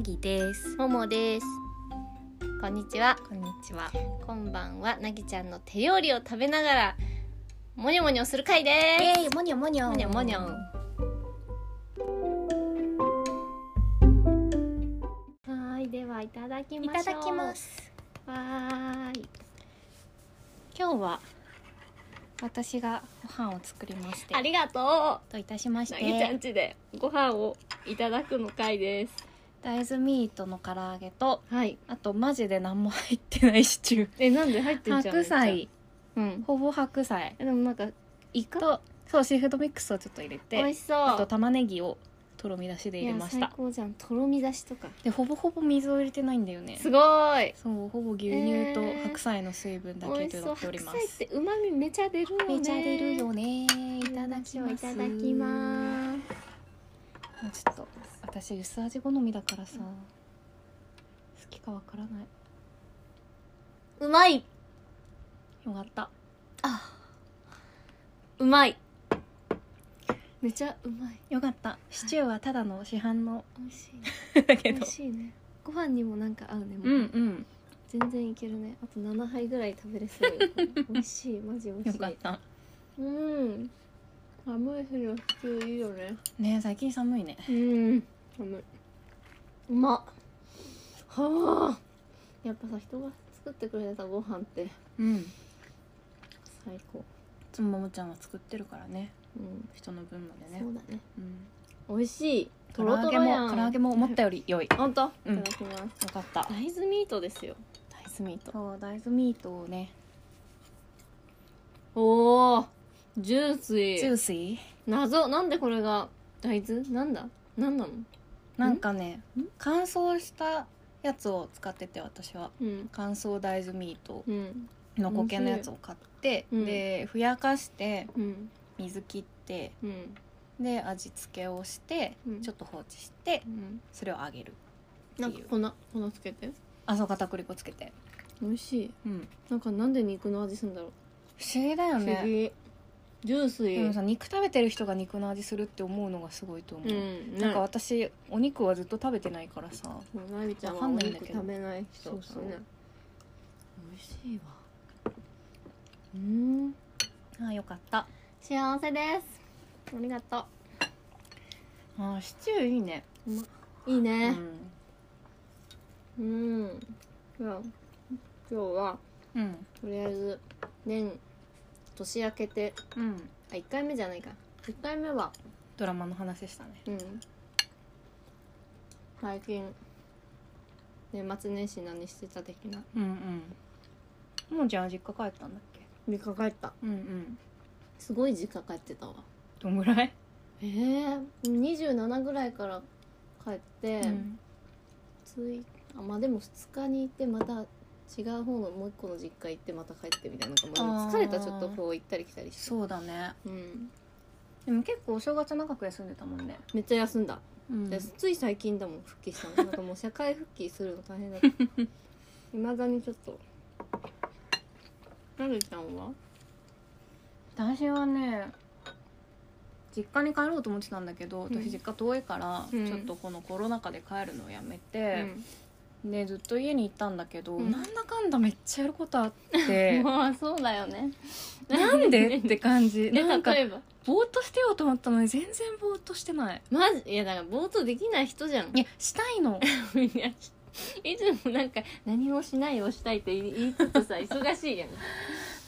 ぎですももですこんにちはこんにちはこんばんはなぎちゃんの手料理を食べながらもにょもにょする回でえい、もにょもにょもにょもにょすはいではいただきいましょうただきますわーい今日は私がご飯を作りましてありがとといたしまうしなぎちゃてん家でご飯をいただくの回です大豆ミートの唐揚げとはいあとマジで何も入ってないシチュえなんで入ってーんじゃん白菜うんほぼ白菜えでもなんかイカとそうシーフードミックスをちょっと入れ美て味しそうあと玉ねぎをとろみ出しでい入れやまし最た高じゃんとろみ出しとかでほぼほぼ水を入れてないんだよねすごーいそうほぼ牛乳とえー白菜の水分だ美け味としなっそうてお白りま菜っすて旨味めちゃ出るよねめちゃ出るよねいただきますいただきますもうちょっと私薄味好みだからさ、うん好きかわからないうまいよかったうまいめちゃうまいよかったシチューはただの市販の美味しいねだ美け味しいねご飯にもなんか合うねもう うんうん全然いけるねあと7杯ぐらい食べれそう美味しいマジ美味よしいかったうん寒い日の普通いいよねねえ最近寒いねうん寒いうまっはあやっぱさ人が作ってくれたご飯ってうんい最高つもももちゃんは作ってるからねうん人の分までねそうだねうん美味しい唐とろ揚とげろやもん唐揚げも思ったより良いよほんとうんいただきます、かった大豆ミートですよ大豆ミートそう大豆ミートをねおおジュージスューシー謎なんでこれが大豆なんだなんなのなんかね乾燥したやつを使ってて私はうん乾燥大豆ミートうんのこけのやつを買って、うんでふやかしてうん水切ってうんで味付けをして、うんちょっと放置してうんそれを揚げるなんか粉粉つけてあそう片栗粉つけて、美味しいうん、なんかなんで肉の味するんだろう不思議だよ不思ね議ジュースでいいもさ肉食べてる人が肉の味するって思うのがすごいと思う、うんなんか私お肉はずっと食べてないからさそうなみちゃんわはかおんないんだ肉けど食べない人そうそうね美味しいわうんあよかった幸せですありがとあシチューいいね、ういいうねんうんじゃあ今日はうんとりあえず年年明けてうん、あ1回目じゃないか1回目はドラマの話したねうん最近年末年始何してた的なうんうんももちゃん実家帰ったんだっけ実家帰ったうんうんすごい実家帰ってたわどんぐらい、ええ27ぐらいから帰って、うんついあまあでも2日に行ってまた違う方のもう一個の実家行ってまた帰ってみたいななんかもう疲れたあーちょっとこう行ったり来たりしてそうだねうん、でも結構お正月長く休んでたもんね、めっちゃ休んだ、うんでつい最近だもん復帰した のなんかもう社会復帰するの大変だ ったいまだにちょっとなるちゃんは私はね実家に帰ろうと思ってたんだけどうん私実家遠いから、うんちょっとこのコロナ禍で帰るのをやめて、でずっと家に行ったんだけど、うんなんだかんだめっちゃやることあっうて んまあそうだよねなんでって感じ えなんか例えばぼーっとしてようと思ったのに全然ぼーっとしてないマジいやだから冒頭できない人じゃんいやしたいのいやいつもなんか何もしないをしたいって言いつつさ忙しいやん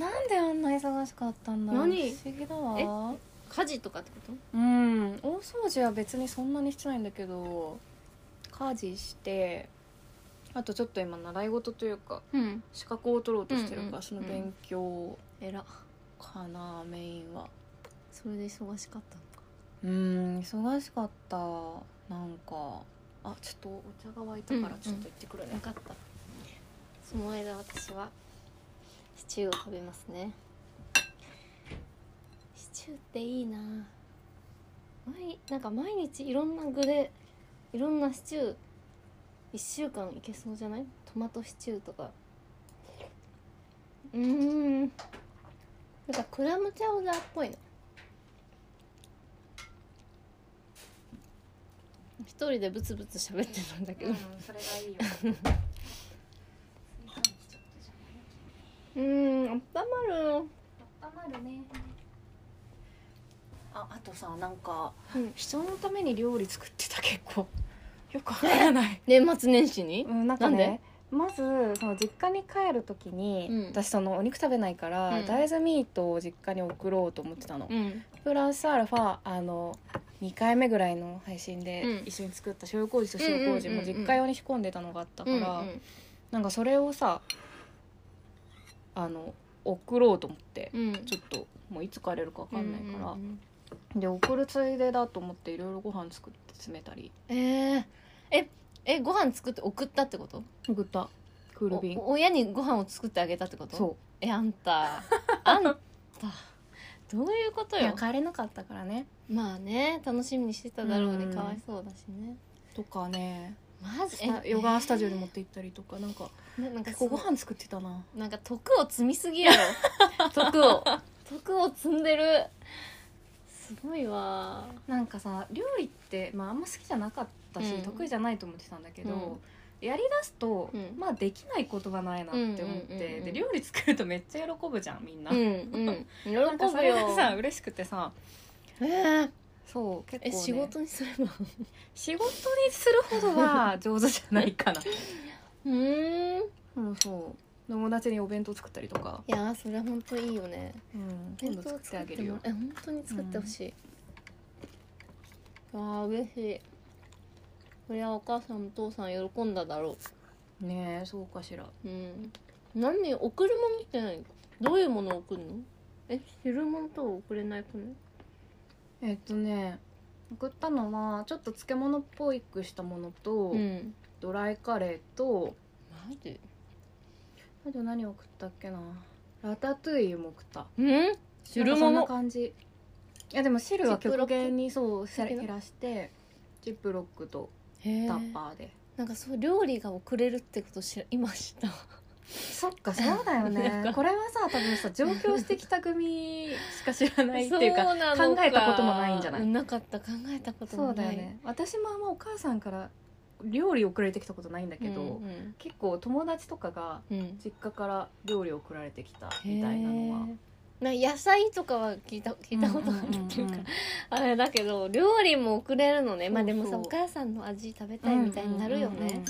なんであんな忙しかったんだろう何不思議だわ家事とかってことうん大掃除は別にそんなにしてないんだけど家事してあとちょっと今習い事というかうん資格を取ろうとしてるから、うんうんその勉強えらかな、メインはそれで忙しかったのかうん忙しかったなんかあちょっとお茶が沸いたからうんちょっと行ってくるね、分かったその間私はシチューを食べますねシチューっていいな毎なんか毎日いろんな具でいろんなシチュー1週間いけそうじゃないトマトシチューとかうーんなんかクラムチャウダーっぽいの一人でブツブツ喋ってたんだけどそれがいいよ うーん温まる温まるねああとさなんか、うん人のために料理作ってた結構よくわからない、年末年始にうん、なんかなんでねまずその実家に帰る時に、うん私そのお肉食べないから、うん大豆ミートを実家に送ろうと思ってたの、うんプラスアルファあの2回目ぐらいの配信うでん一緒に作った塩麹と塩麹もうんうんうんうん実家用に仕込んでたのがあったうかんうら、んなんかそれをさあの送ろうと思って、うんちょっともういつ帰れるか分かんないから、うんうんうんで送るついでだと思っていろいろご飯作って詰めたりえーええご飯作って送ったってこと送ったクール便お親にご飯を作ってあげたってことうそえあん たあんたどういうことういやよ帰れなかったからねまあね楽しみにしてただろうにうんかわいそうだしねとかねマジさえヨガスタジオに持って行ったりとかなんかねなんか結構ごご飯飯作ってたななんか徳を積みすぎ やろ徳を徳を積んでるすごいわなんかさ料理って、まあ、あんま好きじゃなかったし、うん得意じゃないと思ってたんだけうんど、やりだすと、うんまあできないことがないなって思っうんうんうんうてんで料理作るとめっちゃ喜ぶじゃんみんな。うんうん喜ぶよなんかそれがさ嬉しくてさえーそう結構、えね、仕事にすれば仕事にするほどは上手じゃないかなうーんい うんそう友達にお弁当作ったりとか、やーそれは本当いいよねうん、今度作ってあげるよえ本当に作ってほしい、ああ嬉しいこれはお母さんお父さん喜んだだろねえそうかしらううん何贈るものって何どういうものを贈るのえ汁物とは贈れない子ねえっとね送ったのはちょっと漬物っぽいくしたものと、うんドライカレーとマジあと何送ったっけなラタトゥイユも送ったうん汁なんかそんな物感じいやでも汁はジップロ極ック限にそうせ的な減らしてジップロックとへえタッパーで、なんかそう料理が贈れるってこと知ら今知ったそっかそうだよ なんかねこれはさ多分さ上京してきた組しか知らないっていうかそなのか考えたこともないんじゃないうんなかった考えたこともそうないだよね私もあんまお母さんから料理送られてきたことないんだけど、うん結構友達とかがうんうん実家から料理送られてきたみたいなのはなんか野菜とかは聞いた聞いたことあるっていうか、あれだけど料理も送れるのねまそあうでそうもさお母さんの味食うべんたういんうんみたいになるよね、うんうんうん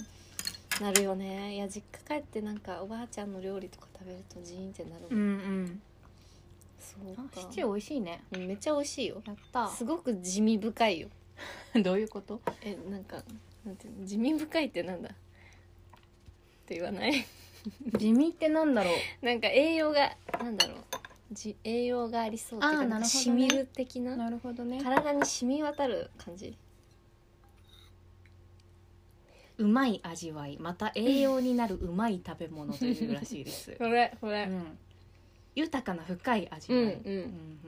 なるよねいや実家帰ってなんかおばあちゃんの料理とか食べるとジーンってなるもん、うんそううかん、あシチュー美味しいねうんめっちゃ美味しいよやったすごく地味深いよ どういうことえなんかなんていうの地味深いってなんだって言わない 地味ってなんだろうなんか栄養がなんだろうじ栄養がありそうっていあうかーなんかなるほどね染みる的ななるほどね体に染み渡る感じうまい味わいまた栄養になるうまい食べ物というらしいです、それそれ、うん、豊かな深い味わい、うんうんうんうん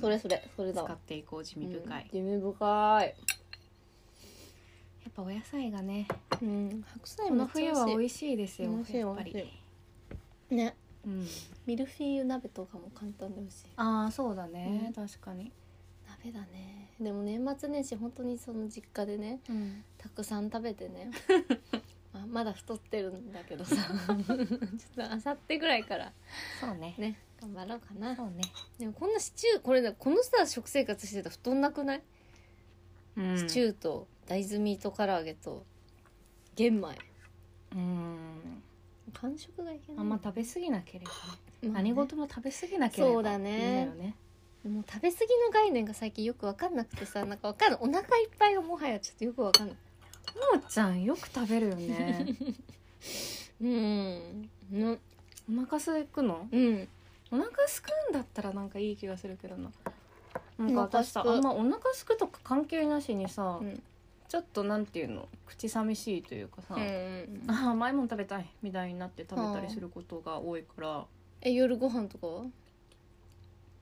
それそれそれだ使わっていこう地味深い、や地味深い、っぱお野菜がねうん、白菜こもの冬は美味しいですよ美味しいやっぱ美り味、ねうん、ミルフィーユ鍋とかも簡単で美味しいああそうだね、確かに、鍋だねでも年末年始本当にその実家でねうん、たくさん食べて ねまあまだ太ってるんだけどさ ちょっとあさってぐらいからそうねね頑張ろうかなそうね、でもこんなシチューこれねこのさ食生活してたら太んなくない、シチューューと大豆ミート唐揚げと玄米うん完食がいけないあんま食べ過ぎなければ、ねまあね何事も食べ過ぎなければそうだねいいのよねもう食べ過ぎの概念が最近よく分かんなくてさなんか分かんないお腹いっぱいがもはやちょっとよく分かんないももちゃんよく食べるよね うんうんお腹すくのうんお腹すくんだったらなんかいい気がするけどななんかお腹私すさくあんまお腹すくとか関係なしにさ、うんちょっとなんていうの口寂しいというかさ、うんああ甘いもん食べたいみたいになって食べたりすることが多いから、え夜ご飯とかは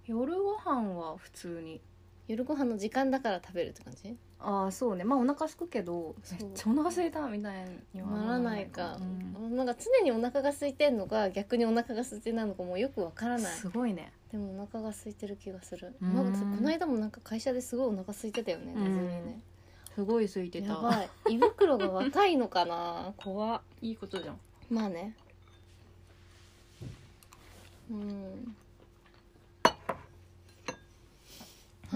夜ご飯は普通に夜ご飯の時間だから食べるって感じああそうねまあお腹すくけどそうめっちゃお腹すいたみたいにはならないかう、んなんか常にお腹が空いてんのか逆にお腹が空いてないのかもうよく分からないすごいねでもお腹が空いてる気がするうんなんかこの間もなんか会社ですごいお腹空いてたよねうんネズミねすごい空いてやたばい胃袋が若いのかな怖っいいことじゃんまあねうん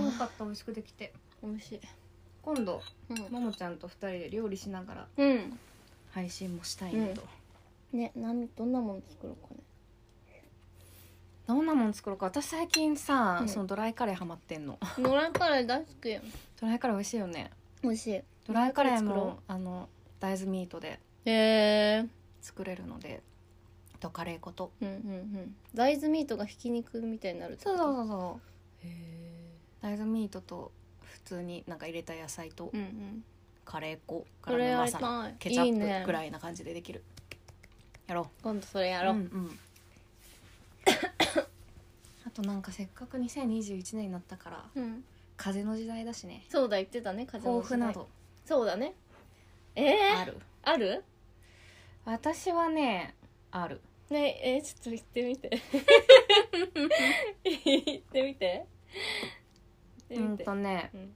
よかった美味しくできて美味しい今度うん、ももちゃんと二人で料理しながらうん、配信もしたいなと、ねなんどんなもの作ろうかねどんなもん作ろうか私最近さ、うんそのドライカレーハマってんの野良カレー大好きやん ドライカレー美味しいよね美味しいへドライカレードライカレー作ろもあの大豆ミートでえ作れるのであとカレー粉とうんうんうん大豆ミートがひき肉みたいになるってこそうとそうそうそうへ大豆ミートと普通になんか入れた野菜とえうんうんカレー粉これやマりサラたいケチャいいッねプぐらいな感じでできるやろ今度それやうろう、うんうん あとなんかせっかく2021年になったからうん風の時代だしねそうだ言ってたね風抱の時負代などそうだねええあるある私はねあるねえーちょっと言ってみ て言ってみて言うってんみて、とねうん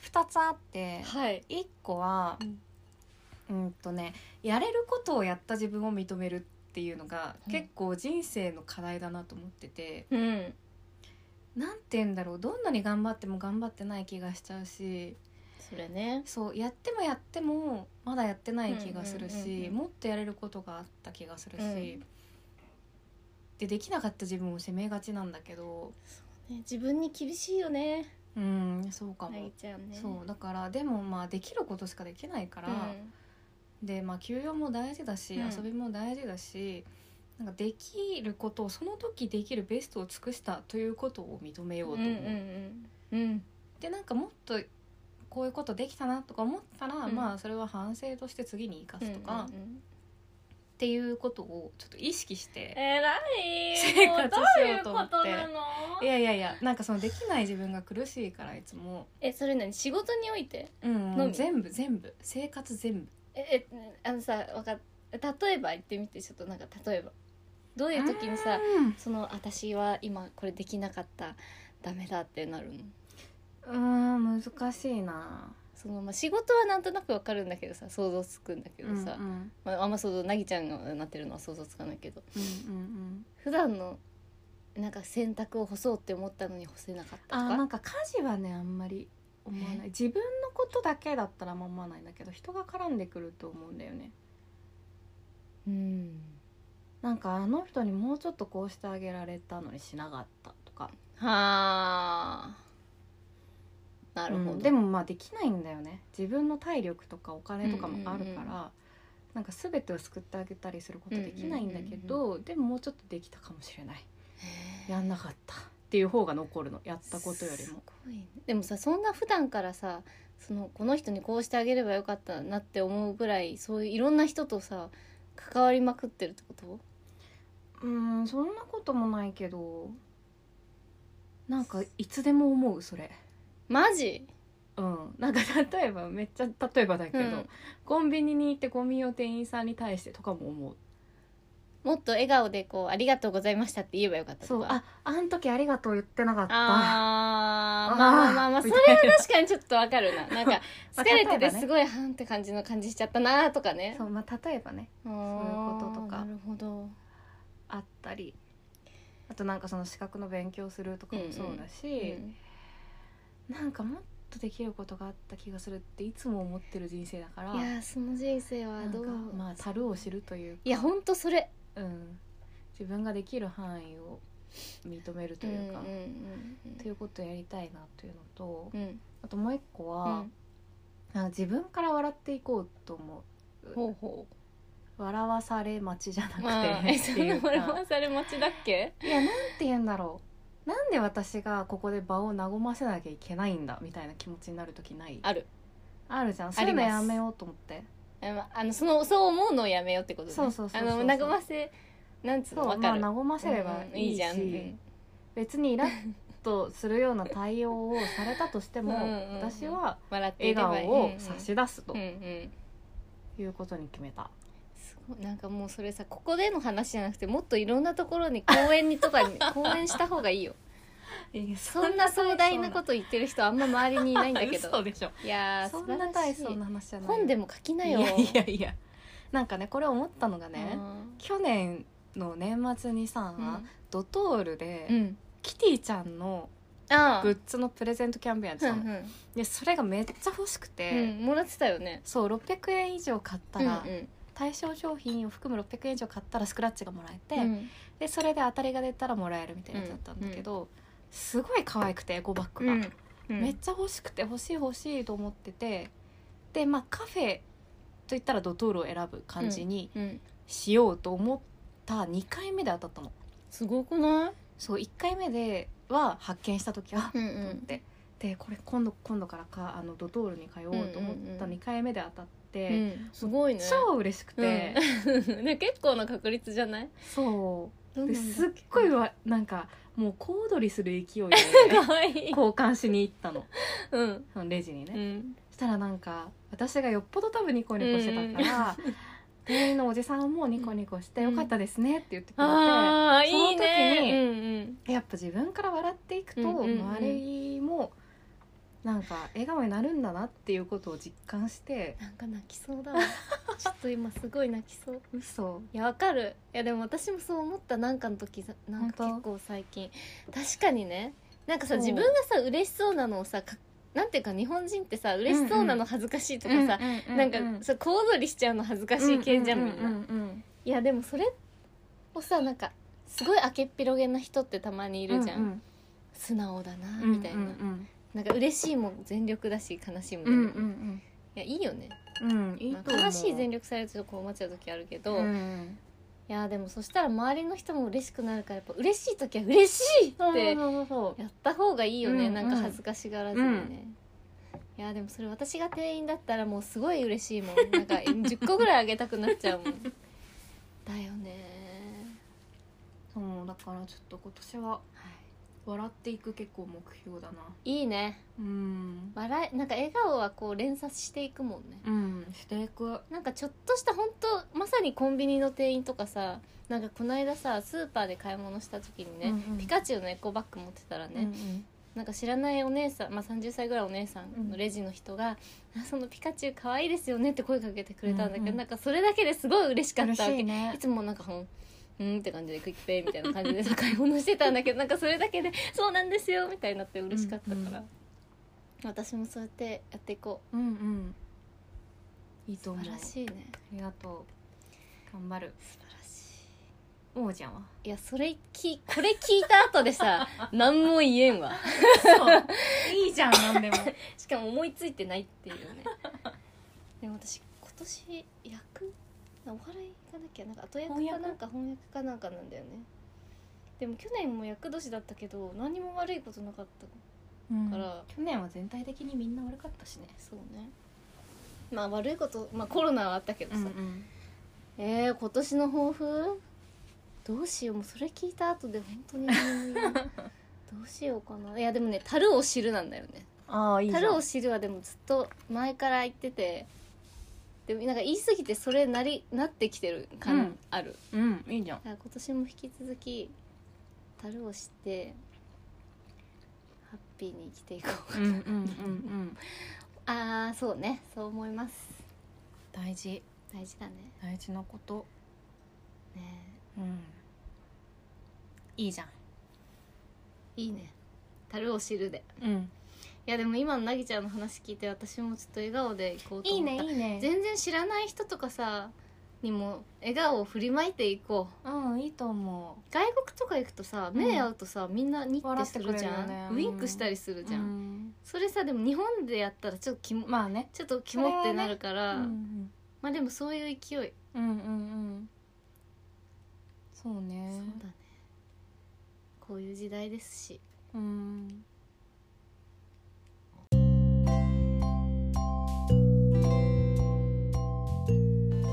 2つあってはい1個はうんうんとねやれることをやった自分を認めるっていうのがうん結構人生の課題だなと思っててうんなんて言うんだろうどんなに頑張っても頑張ってない気がしちゃうしそれねそうやってもやってもまだやってない気がするうんうんうんしうんもっとやれることがあった気がするし、うんでできなかった自分を責めがちなんだけどね自分に厳しいよねうんそうかなも、ぎちゃんねそうだからでもまあできることしかできないから、うんでまあ休養も大事だし、うん遊びも大事だしなんかできることをその時できるベストを尽くしたということを認めようとうん思う。うんうんでなんかもっとこういうことできたなとか思ったら、うんまあそれは反省として次に生かすとか、うんうんうんっていうことをちょっと意識してえらい生もう活どしうよいううとこ思ってとなのいやいやいやなんかそのできない自分が苦しいからいつも、えそれ何仕事においてうん何全部全部生活全部ええあのさわかっ例えば言ってみてちょっとなんか例えばどういう時にさうんその私は今これできなかったダメだってなるのうん難しいなそのまあ仕事はなんとなくわかるんだけどさ想像つくんだけどさ、うんうんまあ、あんま想像なぎちゃんがなってるのは想像つかないけどうんうんうん普段のなんか洗濯を干そうって思ったのに干せなかったあとーかなんか家事はねあんまり思わない自分のことだけだったらあんま思わないんだけど人が絡んでくると思うんだよねうんなんかあの人にもうちょっとこうしてあげられたのにしなかったとかはあなるほど、うんでもまあできないんだよね自分の体力とかお金とかもあるから、うんうんなんか全てを救ってあげたりすることできないんだけど、でももうちょっとできたかもしれないやんなかったっていう方が残るのやったことよりもすごいねでもさそんな普段からさそのこの人にこうしてあげればよかったなって思うぐらいそういういろんな人とさ関わりまくってるってことうんそんなこともないけどなんかいつでも思うそれマジうんなんか例えばめっちゃ例えばだけど、うんコンビニに行ってゴミを店員さんに対してとかも思うもっと笑顔でこう「ありがとうございました」って言えばよかったとそかうああん時ありがとう言ってなかったあーあーまあまあまあまあそみれたいはな確かにちょっとわかるななんかまあ疲れて例えてばねすごいハンって感じの感じしちゃったなとかねそうまあ例えばねそういうこととかなるほどあったりあとなんかその資格の勉強するとかもそうだし、うんなんかもっとできることがあった気がするっていつも思ってる人生だからいやーその人生なはんかどうまあ樽を知るというかいやほんとそれうん、自分ができる範囲を認めるというか、うんうんうんということをやりたいなというのと、うんあともう一個うは、んあの自分から笑っていこうと思う。ほうほう笑わされ待ちじゃなくて、まあえってそんいなうか笑わされ待ちだっけいやなんて言うんだろうなんで私がここで場を和ませなきゃいけないんだみたいな気持ちになる時ないああるるじゃんそういうのありまやすめようと思ってえまあのそのそう思うのをやめようってことねそうそうそうそうあの和ませなんつうそのわう、かまあ、る和ませればうんいいし、いいじゃんうん別にイラッとするような対応をされたとしてもうんうんうん私は笑ってい笑ればいい顔を差し出すうとんうんうんいうことに決めた、すごいなんかもうそ れさここでの話じゃなくてもっといろんなところに公園にとかに公園した方がいいよそんな壮大なことと言ってる人あんま周りにいないんだけ嘘どでしょいやーそ素ん晴なら大し層いな話じゃない本でも書きなよいやいやいやなんかねこれ思ったのがねうん去年の年末にさ、ドトールで、うんキティちゃんのああグッズのプレゼントキャンペーンやってうんたうの、んでそれがめっちゃ欲しくて、うんもらってたよねそう600円以上買ったら、うんうん対象商品を含む600円以上買ったらスクラッチがもらえて、うんでそれで当たりが出たらもらえるみたいなやつだったんだけど、すごい可愛くてエコバッグが、うんうんめっちゃ欲しくて欲しい欲しいと思っててでまあカフェといったらドトールを選ぶ感じにうんしようと思った2回目で当たったの。すごくないそう1回目では発見した時は、うんうんと思ってでこれ今度今度からかあのドトールに通おうと思ったうんうんう2ん回目で当たって、うんすごいね超嬉しくて、 うんね結構な確率じゃないそうどうでなんだすっごいわなんかもう小躍りする勢 いで可愛い交換しに行ったのうんそのレジにうね、んそしたらなんか私がよっぽど多分ニコニコしてたから、店員のおじさんもニコニコして「うよんかったですね」って言ってくれて、ああいその時いにねうんやっぱ自分から笑っていくとうんうんうん周りもなんか笑顔になるんだなっていうことを実感してうんなんか泣きそう だわちょっと今すごい泣きそう嘘いやわかるいやでも私もそう思ったなんかの時さなんか結本構最近確かにねなんかそさう自分がさ嬉しそうなのをさかなんていうか日本人ってさ嬉しそうなの恥ずかしいとかさ、なんかそう小躍りしちゃうの恥ずかしい系じゃんみんな、いやでもそれをさなんかすごい明けっぴろげな人ってたまにいいるじゃん、素直だなみたいな、うんなんか嬉しいも全力だし悲しいもう全ん力、いやいいよね、うんいいまとあ思う悲しい全力されるとちょっと困っちゃう時あるけど、ういんやでもそしたら周りの人も嬉しくなるからやっぱ嬉しい時は嬉しいっそうてそうそうやった方がいいよね、うんなんか恥ずかしがらずにね、いやでもそれ私が店員だったらもうすごい嬉しいもんなんか10個ぐらいあげたくなっちゃうもん だよねそうだからちょっと今年は笑っていく結構目標だないいねうん笑いなんか笑顔はこう連鎖していくもんねうんしていくなんかちょっとした本当まさにコンビニの店員とかさなんかこの間さスーパーで買い物した時にね、うんうんピカチュウのエコバッグ持ってたらね、なんか知らないお姉さん、まあ、30歳ぐらいお姉さんのレジの人が「あそのピカチュウ可愛いですよね」って声かけてくれたんだけど、うんうんなんかそれだけですごい嬉しかっ楽たわしけいいねつもなんかほんうーんって感じでクイックペイみたいな感じ でさ買い物してたんだけどなんかそれだけで「そうなんですよ」みたいになって嬉しかったから、うんうん私もそうやってやっていこううんうんいいと素思う晴らしいねありがとう頑張る素晴らしいもうちゃんはいやそれきこれ聞いた後 でさ何も言えんわそういいじゃんなんで もしかも思いついてないっていうねでも私今年役お笑い行かなきゃなんか後役翻か訳なんか翻訳かなんかなんだよねでも去年も役年だったけど何も悪いことなかったから去年は全体的にみんな悪かったしねそうねまあ悪いことまあコロナはあったけどさ、んえー、今年の抱負どうしようもうそれ聞いた後で本当に何も言えないどうしようかないやでもね「樽を知る」なんだよねああいいじゃん樽を知るはでもずっと前から言っててでもなんか言い過ぎてそれなりなってきてる感、うんあるうんいいじゃんだから今年も引き続き樽を知ってハッピーに生きていこうかうんうんうんうんああそうねそう思います大事大事だね大事なことねうんいいじゃんいいね樽を知るでうんいやでも今のなぎちゃんの話聞いて私もちょっと笑顔でいこうといい思ったねいいね全然知らない人とかさにも笑顔を振りまいていこううんいいと思う外国とか行くとさうん目合うとさ、みんなニッてする笑じゃっん、てくれるよねウインクしたりするじゃん、うんそれさでも日本でやったらちょっとキモ、まあねちょっとキモってなるかうら、んうんまあでもそういう勢い、うんうんうんそうねそうだねこういう時代ですしうんは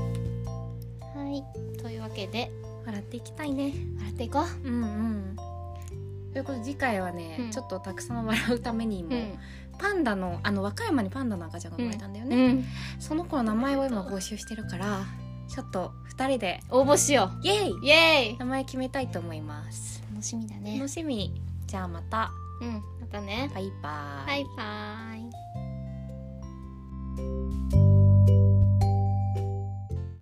いというわけで笑っていきたいね笑っていこうんうんということで次回はね、うんちょっとたくさん笑うためにも、う、パンダのあの和歌山にパンダの赤ちゃんが生まれたんだよね、うんその子の名前を今募集してるからちょっと2人で応募しよイエイうイエーイ名前決めたいと思います楽しみだね楽しみじゃあまたうんまたねバイバイ。バイバイ